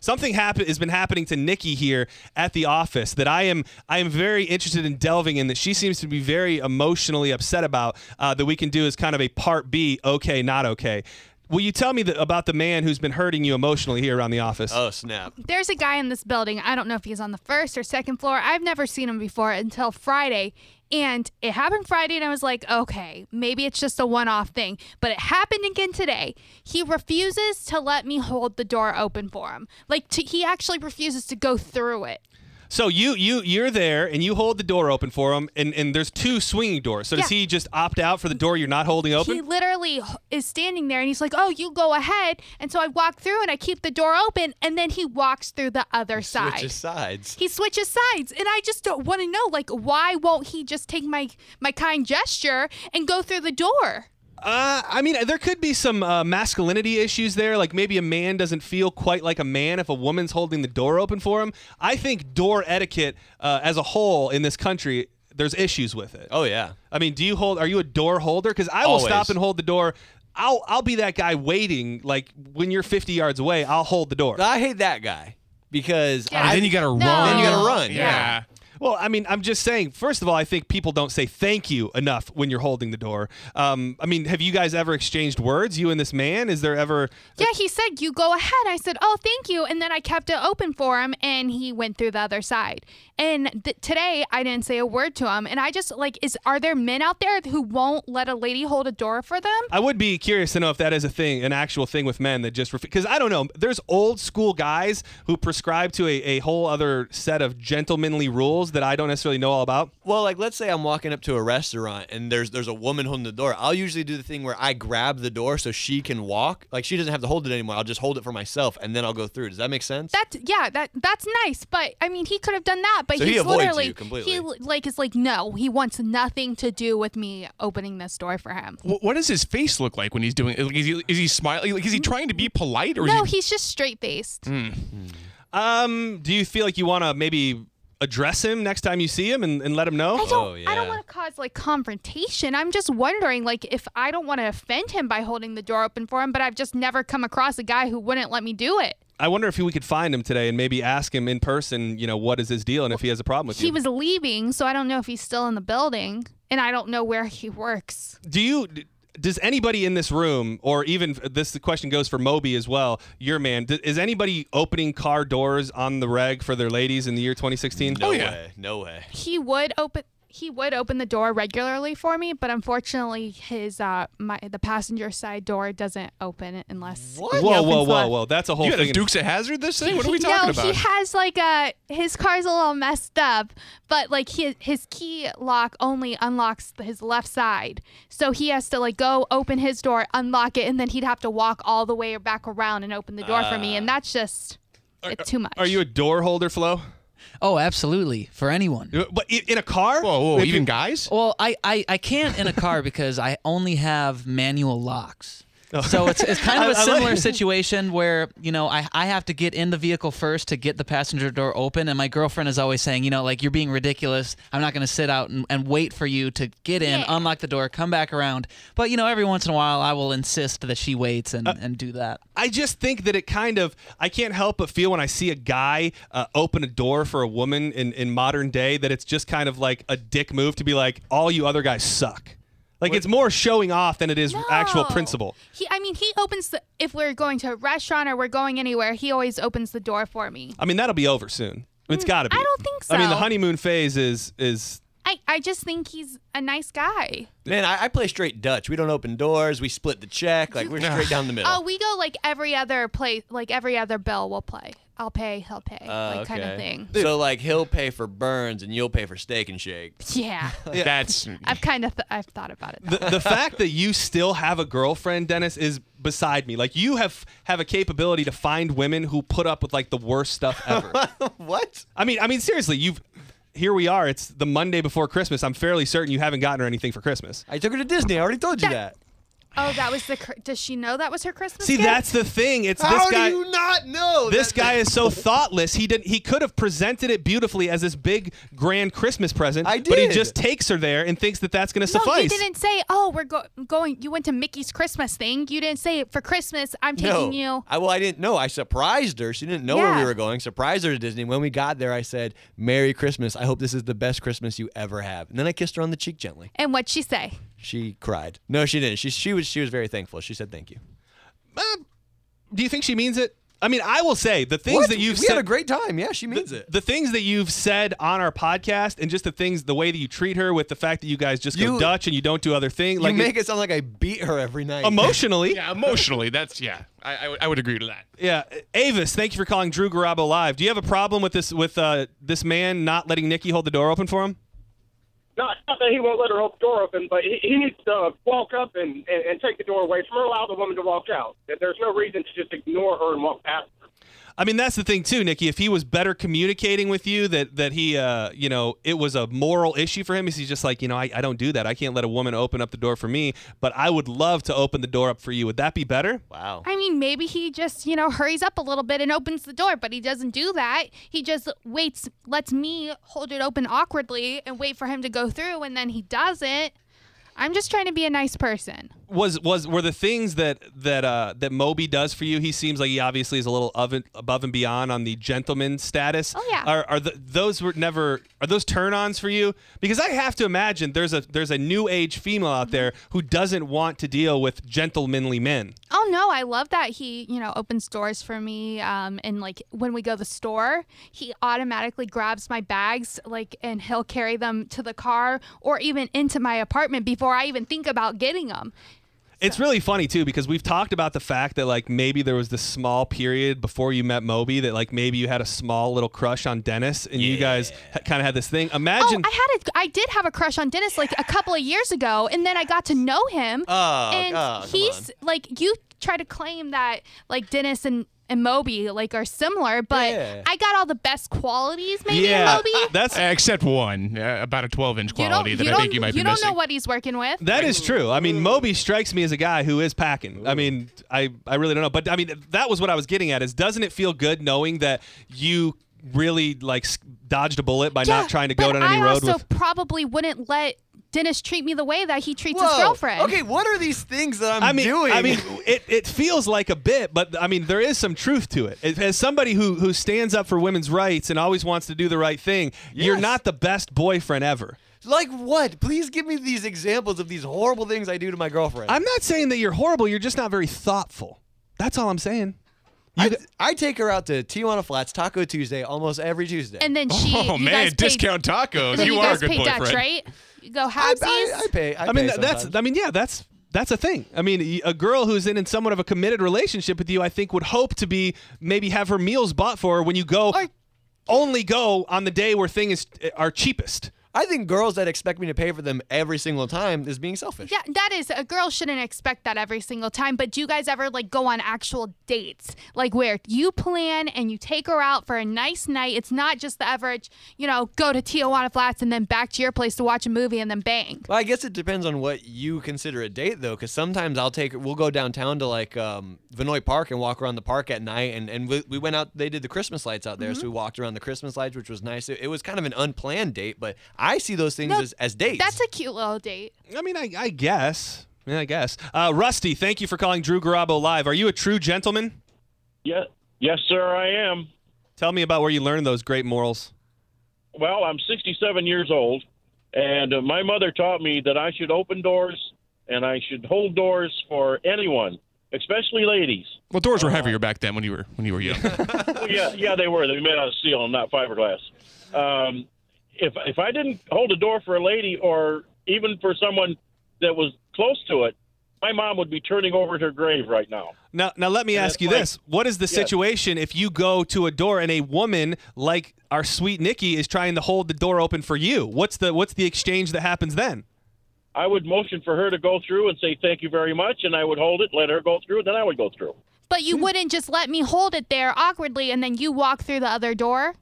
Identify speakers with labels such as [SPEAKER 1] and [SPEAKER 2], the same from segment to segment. [SPEAKER 1] something happened has been happening to Nikki here at the office that I am I am very interested in delving in that she seems to be very emotionally upset about uh, that we can do as kind of a part B okay not okay. Will you tell me that, about the man who's been hurting you emotionally here around the office?
[SPEAKER 2] Oh snap!
[SPEAKER 3] There's a guy in this building. I don't know if he's on the first or second floor. I've never seen him before until Friday. And it happened Friday, and I was like, okay, maybe it's just a one off thing. But it happened again today. He refuses to let me hold the door open for him. Like, to, he actually refuses to go through it.
[SPEAKER 1] So you you you're there and you hold the door open for him and, and there's two swinging doors. So does
[SPEAKER 3] Yeah.
[SPEAKER 1] he just opt out for the door you're not holding open?
[SPEAKER 3] He literally h- is standing there and he's like, "Oh, you go ahead." And so I walk through and I keep the door open and then he walks through the other side.
[SPEAKER 2] Switches sides.
[SPEAKER 3] he switches sides and I just don't want to know like why won't he just take my my kind gesture and go through the door?
[SPEAKER 1] Uh, I mean, there could be some uh, masculinity issues there. Like maybe a man doesn't feel quite like a man if a woman's holding the door open for him. I think door etiquette uh, as a whole in this country, there's issues with it.
[SPEAKER 2] Oh yeah.
[SPEAKER 1] I mean, do you hold? Are you a door holder? Because I will
[SPEAKER 2] Always.
[SPEAKER 1] stop and hold the door. I'll I'll be that guy waiting. Like when you're 50 yards away, I'll hold the door.
[SPEAKER 2] I hate that guy because
[SPEAKER 3] Yeah.
[SPEAKER 2] I,
[SPEAKER 4] And then you gotta
[SPEAKER 3] No.
[SPEAKER 4] run.
[SPEAKER 2] Then you gotta run,
[SPEAKER 4] Yeah.
[SPEAKER 1] Well, I mean, I'm just saying. First of all, I think people don't say thank you enough when you're holding the door. Um, I mean, have you guys ever exchanged words? You and this man? Is there ever?
[SPEAKER 3] Yeah, he said, "You go ahead." I said, "Oh, thank you." And then I kept it open for him and he went through the other side. And th- today I didn't say a word to him and I just like is are there men out there who won't let a lady hold a door for them?
[SPEAKER 1] I would be curious to know if that is a thing, an actual thing with men that just because I don't know. There's old school guys who prescribe to a, a whole other set of gentlemanly rules that I don't necessarily know all about.
[SPEAKER 2] Well, like let's say I'm walking up to a restaurant and there's there's a woman holding the door. I'll usually do the thing where I grab the door so she can walk. Like she doesn't have to hold it anymore. I'll just hold it for myself and then I'll go through. Does that make sense?
[SPEAKER 3] That's yeah, that that's nice, but I mean, he could have done that, but
[SPEAKER 2] So he
[SPEAKER 3] he's
[SPEAKER 2] avoids you
[SPEAKER 3] literally
[SPEAKER 2] completely.
[SPEAKER 3] he like is like no, he wants nothing to do with me opening this door for him.
[SPEAKER 4] Wh- What does his face look like when he's doing? Like, is he is he smiling? Like, is he trying to be polite or
[SPEAKER 3] No,
[SPEAKER 4] is he?
[SPEAKER 3] he's just straight faced.
[SPEAKER 2] Mm.
[SPEAKER 1] Um, do you feel like you want to maybe address him next time you see him and, and let him know?
[SPEAKER 3] I don't
[SPEAKER 2] Oh,
[SPEAKER 3] I don't
[SPEAKER 2] yeah.
[SPEAKER 3] want to cause like confrontation. I'm just wondering like if I don't want to offend him by holding the door open for him, but I've just never come across a guy who wouldn't let me do it.
[SPEAKER 1] I wonder if we could find him today and maybe ask him in person, you know, what is his deal and if he has a problem with
[SPEAKER 3] He
[SPEAKER 1] you.
[SPEAKER 3] was leaving, so I don't know if he's still in the building, and I don't know where he works.
[SPEAKER 1] Do you d- does anybody in this room or even uh, this the question goes for Moby as well, your man, d- is anybody opening car doors on the reg for their ladies in the year 2016?
[SPEAKER 2] no
[SPEAKER 4] Oh, yeah.
[SPEAKER 2] way. No way.
[SPEAKER 3] He would open he would open the door regularly for me, but unfortunately his uh my the passenger side door doesn't open unless
[SPEAKER 2] What?
[SPEAKER 3] he
[SPEAKER 1] Whoa,
[SPEAKER 3] opens
[SPEAKER 1] whoa,
[SPEAKER 3] the-
[SPEAKER 1] whoa, whoa. That's a whole
[SPEAKER 4] You got
[SPEAKER 1] thing.
[SPEAKER 4] a Dukes of Hazard this thing? What are we
[SPEAKER 3] He-
[SPEAKER 4] talking
[SPEAKER 3] no,
[SPEAKER 4] about?
[SPEAKER 3] he has like a his car's a little messed up, but like his his key lock only unlocks his left side, so he has to like go open his door, unlock it, and then he'd have to walk all the way back around and open the door for me, and that's just it's too much.
[SPEAKER 1] Are you a door holder, Flo?
[SPEAKER 5] Oh, absolutely. For anyone.
[SPEAKER 1] But i- in a car?
[SPEAKER 4] whoa, whoa,
[SPEAKER 1] If
[SPEAKER 4] even
[SPEAKER 1] you-
[SPEAKER 4] guys?
[SPEAKER 5] Well, I, I, I can't in a car because I only have manual locks. So it's, it's kind of
[SPEAKER 1] Oh.
[SPEAKER 5] a
[SPEAKER 1] I- I like-
[SPEAKER 5] similar situation where, you know, I, I have to get in the vehicle first to get the passenger door open. And my girlfriend is always saying, you know, like, you're being ridiculous. I'm not going to sit out and, and wait for you to get in,
[SPEAKER 3] Yeah.
[SPEAKER 5] unlock the door, come back around. But, you know, every once in a while, I will insist that she waits and,
[SPEAKER 1] Uh,
[SPEAKER 5] and do that.
[SPEAKER 1] I just think that it kind of I can't help but feel when I see a guy uh, open a door for a woman in, in modern day that it's just kind of like a dick move to be like all you other guys suck. Like it's more showing off than it is actual
[SPEAKER 3] No.
[SPEAKER 1] principle.
[SPEAKER 3] He, I mean, he opens the if we're going to a restaurant or we're going anywhere, he always opens the door for me.
[SPEAKER 1] I mean that'll be over soon. It's got to be.
[SPEAKER 3] Mm, I don't think
[SPEAKER 1] I mean the
[SPEAKER 3] so.
[SPEAKER 1] honeymoon phase is is
[SPEAKER 3] I I just think he's a nice guy.
[SPEAKER 2] Man, I, I play straight Dutch. We don't open doors. We split the check. Like we're straight down the middle.
[SPEAKER 3] Oh, we go like every other play, like every other bill we'll play. I'll pay, he'll pay,
[SPEAKER 2] Uh,
[SPEAKER 3] like kind of
[SPEAKER 2] okay.
[SPEAKER 3] thing.
[SPEAKER 2] So like he'll pay for burns and you'll pay for steak and shake.
[SPEAKER 3] Yeah,
[SPEAKER 4] That's
[SPEAKER 3] I've kind of th- I've thought about it. that
[SPEAKER 1] the, the fact that you still have a girlfriend, Dennis, is beside me. Like you have have a capability to find women who put up with like the worst stuff ever.
[SPEAKER 2] what?
[SPEAKER 1] I mean, I mean, seriously, you've. Here we are. It's the Monday before Christmas. I'm fairly certain you haven't gotten her anything for Christmas.
[SPEAKER 2] I took her to Disney. I already told you that.
[SPEAKER 3] Oh, that was the. cr- Does she know that was her Christmas?
[SPEAKER 1] See,
[SPEAKER 3] gift?
[SPEAKER 1] that's the thing. It's
[SPEAKER 2] How
[SPEAKER 1] this guy.
[SPEAKER 2] do you not know?
[SPEAKER 1] this
[SPEAKER 2] that-
[SPEAKER 1] guy is so thoughtless. He didn't. He could have presented it beautifully as this big grand Christmas present.
[SPEAKER 2] I
[SPEAKER 1] But he
[SPEAKER 2] did.
[SPEAKER 1] just takes her there and thinks that that's going to
[SPEAKER 3] No,
[SPEAKER 1] suffice.
[SPEAKER 3] you didn't say. Oh, we're go- going. You went to Mickey's Christmas thing. You didn't say for Christmas. I'm taking
[SPEAKER 2] No.
[SPEAKER 3] you.
[SPEAKER 2] I, well, I didn't know. I surprised her. She didn't know where
[SPEAKER 3] Yeah.
[SPEAKER 2] we were going. Surprised her to Disney. When we got there, I said, Merry Christmas. I hope this is the best Christmas you ever have. And then I kissed her on the cheek gently.
[SPEAKER 3] And what'd she say?
[SPEAKER 2] She cried. No, she didn't. She, she, was, she was very thankful. She said thank you.
[SPEAKER 1] Uh, Do you think she means it? I mean, I will say the things
[SPEAKER 2] What?
[SPEAKER 1] that you've
[SPEAKER 2] we
[SPEAKER 1] said.
[SPEAKER 2] had a great time. Yeah, she means it.
[SPEAKER 1] the things that you've said on our podcast, and just the things, the way that you treat her, with the fact that you guys just go
[SPEAKER 2] You-
[SPEAKER 1] Dutch and you don't do other things, like
[SPEAKER 2] you make it sound like I beat her every night.
[SPEAKER 1] emotionally.
[SPEAKER 4] Yeah, emotionally, that's yeah. I, I, would- I would agree to that.
[SPEAKER 1] Yeah, Avis, thank you for calling Drew Garabo live. Do you have a problem with this with uh, this man not letting Nikki hold the door open for him?
[SPEAKER 6] Not, not that he won't let her hold the door open, but he, he needs to walk up and, and, and take the door away from her, allow the woman to walk out. There- There's no reason to just ignore her and walk past her.
[SPEAKER 1] I mean, that's the thing too, Nikki. If he was better communicating with you that that he, uh, you know, it was a moral issue for him, is he's just like, you know, I, I don't do that. I can't let a woman open up the door for me, but I would love to open the door up for you. Would that be better?
[SPEAKER 2] Wow.
[SPEAKER 3] I mean, maybe he just, you know, hurries up a little bit and opens the door, but he doesn't do that. He just waits, lets me hold it open awkwardly and wait for him to go through, and then he doesn't. I'm just trying to be a nice person.
[SPEAKER 1] was was were the things that that uh that Moby does for you? He seems like he obviously is a little of above and beyond on the gentleman status.
[SPEAKER 3] Oh, yeah.
[SPEAKER 1] Are are the, those were never are those turn-ons for you? Because I have to imagine there's a there's a new age female out there
[SPEAKER 3] Mm-hmm.
[SPEAKER 1] who doesn't want to deal with gentlemanly men.
[SPEAKER 3] Oh no, I love that he, you know, opens doors for me. Um, and like when we go to the store, he automatically grabs my bags, like, and he'll carry them to the car or even into my apartment before I even think about getting them.
[SPEAKER 1] It's really funny too because we've talked about the fact that like maybe there was this small period before you met Moby that like maybe you had a small little crush on Dennis and you guys kind of had this thing. Imagine
[SPEAKER 3] Oh, I had a, I did have a crush on Dennis like a couple of years ago, and then I got to know him.
[SPEAKER 2] Oh,
[SPEAKER 3] and
[SPEAKER 2] oh, come
[SPEAKER 3] he's like, you try to claim that like Dennis and. And Moby like are similar, but
[SPEAKER 2] Yeah.
[SPEAKER 3] I got all the best qualities maybe in
[SPEAKER 1] yeah,
[SPEAKER 3] Moby.
[SPEAKER 1] that's
[SPEAKER 4] Except one, uh, about a 12-inch quality that I think you might be
[SPEAKER 3] don't
[SPEAKER 4] missing.
[SPEAKER 3] know what he's working with.
[SPEAKER 1] That is true. I mean, Moby strikes me as a guy who is packing. I mean, I, I really don't know. But I mean, that was what I was getting at is doesn't it feel good knowing that you really like s- dodged a bullet by
[SPEAKER 3] Yeah,
[SPEAKER 1] not trying to go
[SPEAKER 3] but
[SPEAKER 1] down any
[SPEAKER 3] I
[SPEAKER 1] road
[SPEAKER 3] also
[SPEAKER 1] with
[SPEAKER 3] probably wouldn't let Dennis treat me the way that he treats his
[SPEAKER 2] Whoa.
[SPEAKER 3] girlfriend.
[SPEAKER 2] Okay, what are these things that I'm
[SPEAKER 1] I mean,
[SPEAKER 2] doing?
[SPEAKER 1] I mean, it, it feels like a bit, but I mean, there is some truth to it. As- As somebody who, who stands up for women's rights and always wants to do the right thing, you're
[SPEAKER 2] Yes.
[SPEAKER 1] not the best boyfriend ever.
[SPEAKER 2] like what? Please give me these examples of these horrible things I do to my girlfriend.
[SPEAKER 1] I'm not saying that you're horrible. You're just not very thoughtful. That's all I'm saying.
[SPEAKER 2] I, I take her out to Tijuana Flats Taco Tuesday almost every Tuesday.
[SPEAKER 3] And then she.
[SPEAKER 4] oh
[SPEAKER 3] you
[SPEAKER 4] man,
[SPEAKER 3] guys pay-
[SPEAKER 4] discount
[SPEAKER 3] and
[SPEAKER 4] tacos.
[SPEAKER 3] then
[SPEAKER 4] You,
[SPEAKER 3] you,
[SPEAKER 4] are a
[SPEAKER 3] guys
[SPEAKER 4] good
[SPEAKER 3] pay
[SPEAKER 4] boyfriend.
[SPEAKER 3] Dutch, right? You go
[SPEAKER 2] I,
[SPEAKER 3] halvesies.
[SPEAKER 2] I, I pay. I,
[SPEAKER 1] I mean,
[SPEAKER 2] pay
[SPEAKER 1] tha- that's.
[SPEAKER 2] sometimes.
[SPEAKER 1] I mean, yeah, that's that's a thing. I mean, y- a girl who's in, in somewhat of a committed relationship with you, I think, would hope to be maybe have her meals bought for her when you go.
[SPEAKER 3] Or-
[SPEAKER 1] only go on the day where things are cheapest.
[SPEAKER 2] I think girls that expect me to pay for them every single time is being selfish.
[SPEAKER 3] Yeah, that is a girl shouldn't expect that every single time. But do you guys ever like go on actual dates, like where you plan and you take her out for a nice night? It's not just the average, you know, go to Tijuana Flats and then back to your place to watch a movie and then bang.
[SPEAKER 2] Well, I guess it depends on what you consider a date, though, because sometimes I'll take we'll go downtown to like um, Vinoy Park and walk around the park at night, and and we, we went out. They did the Christmas lights out there,
[SPEAKER 3] Mm-hmm.
[SPEAKER 2] so we walked around the Christmas lights, which was nice. It, it was kind of an unplanned date, but I see those things
[SPEAKER 3] No,
[SPEAKER 2] as, as dates.
[SPEAKER 3] That's a cute little date.
[SPEAKER 1] I mean, I, I guess. Yeah, I guess. Uh, Rusty, thank you for calling Drew Garabo live. Are you a true gentleman?
[SPEAKER 7] Yeah. Yes, sir, I am.
[SPEAKER 1] Tell me about where you learned those great morals.
[SPEAKER 7] Well, I'm 67 years old, and uh, my mother taught me that I should open doors and I should hold doors for anyone, especially ladies.
[SPEAKER 4] Well, doors were heavier back then when you were when you were young.
[SPEAKER 7] Well, yeah, yeah, they were. They were made out of steel, not fiberglass. Um, if if I didn't hold a door for a lady or even for someone that was close to it, my mom would be turning over in her grave right now.
[SPEAKER 1] Now, now let me ask you
[SPEAKER 7] like-
[SPEAKER 1] this: What is the situation if you go to a door and a woman like our sweet Nikki is trying to hold the door open for you? What's the what's the exchange that happens then?
[SPEAKER 7] I would motion for her to go through and say thank you very much, and I would hold it, let her go through, then I would go through.
[SPEAKER 3] But you wouldn't just let me hold it there awkwardly and then you walk through the other door?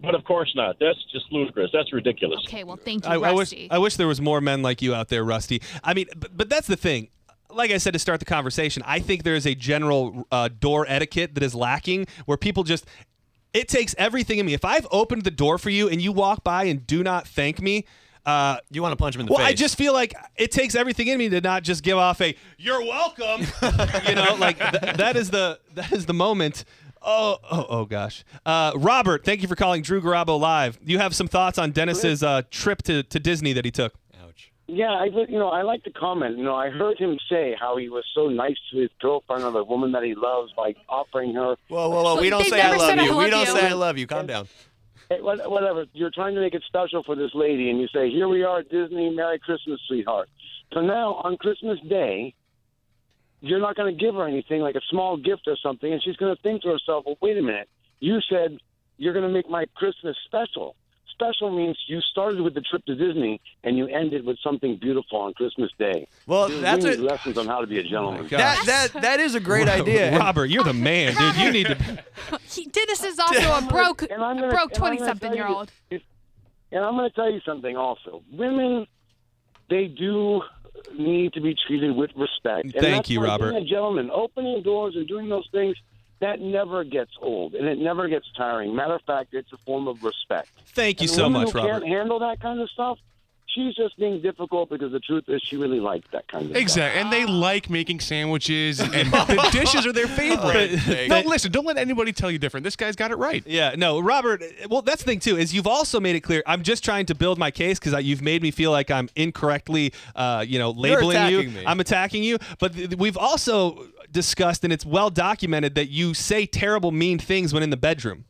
[SPEAKER 7] But of course not. That's just ludicrous. That's ridiculous.
[SPEAKER 3] Okay, well, thank you,
[SPEAKER 1] I, I wish
[SPEAKER 3] Rusty.
[SPEAKER 1] I wish there was more men like you out there, Rusty. I mean, but, but that's the thing. like I said to start the conversation, I think there is a general uh, door etiquette that is lacking where people just. It takes everything in me. If I've opened the door for you and you walk by and do not thank me, uh,
[SPEAKER 2] You want to punch him in the
[SPEAKER 1] well,
[SPEAKER 2] face.
[SPEAKER 1] I just feel like it takes everything in me to not just give off a "You're welcome," you know, like th- that is the that is the moment. Oh, oh, oh, gosh. Uh, Robert, thank you for calling Drew Garabo live. You have some thoughts on Dennis's uh, trip to, to Disney that he took.
[SPEAKER 2] Ouch.
[SPEAKER 6] Yeah, I think- you know I like to comment. You know, I heard him say how he was so nice to his girlfriend or the woman that he loves by offering her
[SPEAKER 2] Whoa, whoa, whoa. We don't
[SPEAKER 3] They've
[SPEAKER 2] say I
[SPEAKER 3] never
[SPEAKER 2] love
[SPEAKER 3] said I
[SPEAKER 2] you. We
[SPEAKER 3] love
[SPEAKER 2] don't
[SPEAKER 3] you.
[SPEAKER 2] say I love you. Calm down.
[SPEAKER 6] Hey, what- whatever. You're trying to make it special for this lady, and you say, "Here we are, at Disney. Merry Christmas, sweetheart." So now on Christmas Day, you're not going to give her anything, like a small gift or something, and she's going to think to herself, "Well, wait a minute. You said you're going to make my Christmas special. Special means you started with the trip to Disney and you ended with something beautiful on Christmas Day.
[SPEAKER 2] Well,
[SPEAKER 6] There's
[SPEAKER 2] that's
[SPEAKER 6] really
[SPEAKER 2] a-
[SPEAKER 6] lessons on how to be a gentleman.
[SPEAKER 2] That, that, that is a great idea.
[SPEAKER 1] Robert, you're the man, dude. You need to.
[SPEAKER 3] He, Dennis is also a broke,
[SPEAKER 6] And I'm
[SPEAKER 3] a
[SPEAKER 6] gonna-
[SPEAKER 3] broke
[SPEAKER 6] and I'm gonna
[SPEAKER 3] twenty something
[SPEAKER 6] tell you
[SPEAKER 3] year old.
[SPEAKER 6] this. And I'm going to tell you something also. Women, they do need to be treated with respect. And
[SPEAKER 1] Thank
[SPEAKER 6] that's
[SPEAKER 1] you,
[SPEAKER 6] why
[SPEAKER 1] Robert.
[SPEAKER 6] Being a gentleman, opening doors and doing those things, that never gets old and it never gets tiring. Matter of fact, it's a form of respect.
[SPEAKER 1] Thank you
[SPEAKER 6] And
[SPEAKER 1] so
[SPEAKER 6] women
[SPEAKER 1] much,
[SPEAKER 6] who
[SPEAKER 1] Robert.
[SPEAKER 6] can't handle that kind of stuff, she's just being difficult because the truth is she really likes that kind of stuff.
[SPEAKER 4] Exactly. And they like making sandwiches, and the dishes are their favorite.
[SPEAKER 2] But-
[SPEAKER 4] no, listen, don't let anybody tell you different. This guy's got it right.
[SPEAKER 1] Yeah, no, Robert. Well, that's the thing too is you've also made it clear. I'm just trying to build my case because you've made me feel like I'm incorrectly, uh, you know, labeling you.
[SPEAKER 2] attacking me.
[SPEAKER 1] I'm attacking you, but th- we've also discussed and it's well documented that you say terrible, mean things when in the bedroom.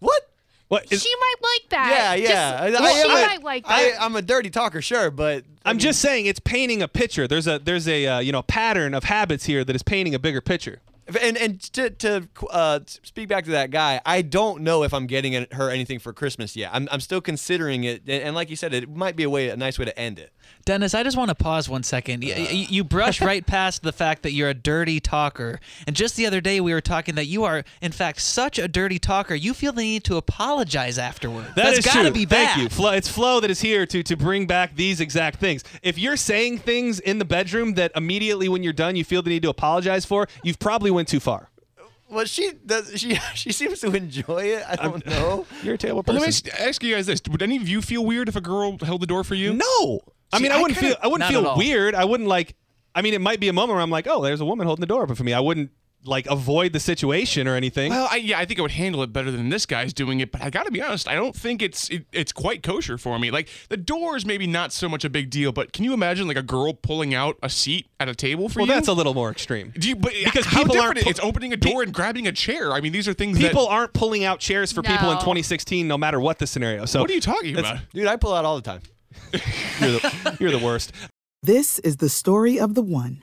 [SPEAKER 2] What?
[SPEAKER 1] What? Is,
[SPEAKER 3] She might like
[SPEAKER 2] Yeah,
[SPEAKER 3] that.
[SPEAKER 2] yeah.
[SPEAKER 3] Just,
[SPEAKER 2] I,
[SPEAKER 3] she
[SPEAKER 2] I,
[SPEAKER 3] might like
[SPEAKER 2] I,
[SPEAKER 3] that.
[SPEAKER 2] I'm a dirty talker, sure, but
[SPEAKER 1] I'm just saying it's painting a picture. There's a there's a uh, you know pattern of habits here that is painting a bigger picture.
[SPEAKER 2] And and to to uh, speak back to that guy, I don't know if I'm getting it- her anything for Christmas yet. I'm, I'm still considering it, and and like you said, it might be a way a nice way to end it.
[SPEAKER 5] Dennis, I just want to pause one second. Y- y- you brush right past the fact that you're a dirty talker. And just the other day, we were talking that you are, in fact, such a dirty talker, you feel the need to apologize afterward.
[SPEAKER 1] That's
[SPEAKER 5] has got to be bad.
[SPEAKER 1] Thank you. Flo, it's Flo that is here to to bring back these exact things. If you're saying things in the bedroom that immediately when you're done you feel the need to apologize for, you've probably went too far.
[SPEAKER 2] Well, she does. She she seems to enjoy it. I don't know.
[SPEAKER 1] You're a terrible
[SPEAKER 4] But let me ask, ask you guys this: Would any of you feel weird if a girl held the door for you?
[SPEAKER 1] No. I
[SPEAKER 4] See,
[SPEAKER 1] mean, I,
[SPEAKER 4] I
[SPEAKER 1] wouldn't
[SPEAKER 4] kinda-
[SPEAKER 1] feel I wouldn't
[SPEAKER 5] not at
[SPEAKER 1] feel
[SPEAKER 5] all.
[SPEAKER 1] weird. I wouldn't like I mean, it might be a moment where I'm like, "Oh, there's a woman holding the door open for me." I wouldn't like avoid the situation or anything.
[SPEAKER 4] Well, I, yeah, I think I would handle it better than this guy's doing it. But I got to be honest, I don't think it's it, it's quite kosher for me. Like the door is maybe not so much a big deal, but can you imagine like a girl pulling out a seat at a table for
[SPEAKER 1] well,
[SPEAKER 4] you?
[SPEAKER 1] that's a little more extreme.
[SPEAKER 4] Do you, but
[SPEAKER 1] Because
[SPEAKER 4] how
[SPEAKER 1] people
[SPEAKER 4] different
[SPEAKER 1] aren't
[SPEAKER 4] it-
[SPEAKER 1] pu-
[SPEAKER 4] it's opening a door and grabbing a chair. I mean, these are things
[SPEAKER 1] People
[SPEAKER 4] that.
[SPEAKER 1] aren't pulling out chairs for people in
[SPEAKER 3] No.
[SPEAKER 1] 2016 no matter what the scenario. So
[SPEAKER 4] What are you talking
[SPEAKER 1] That's-
[SPEAKER 4] about?
[SPEAKER 2] Dude, I pull out all the time.
[SPEAKER 1] you're the, you're the worst.
[SPEAKER 8] This is the story of the one.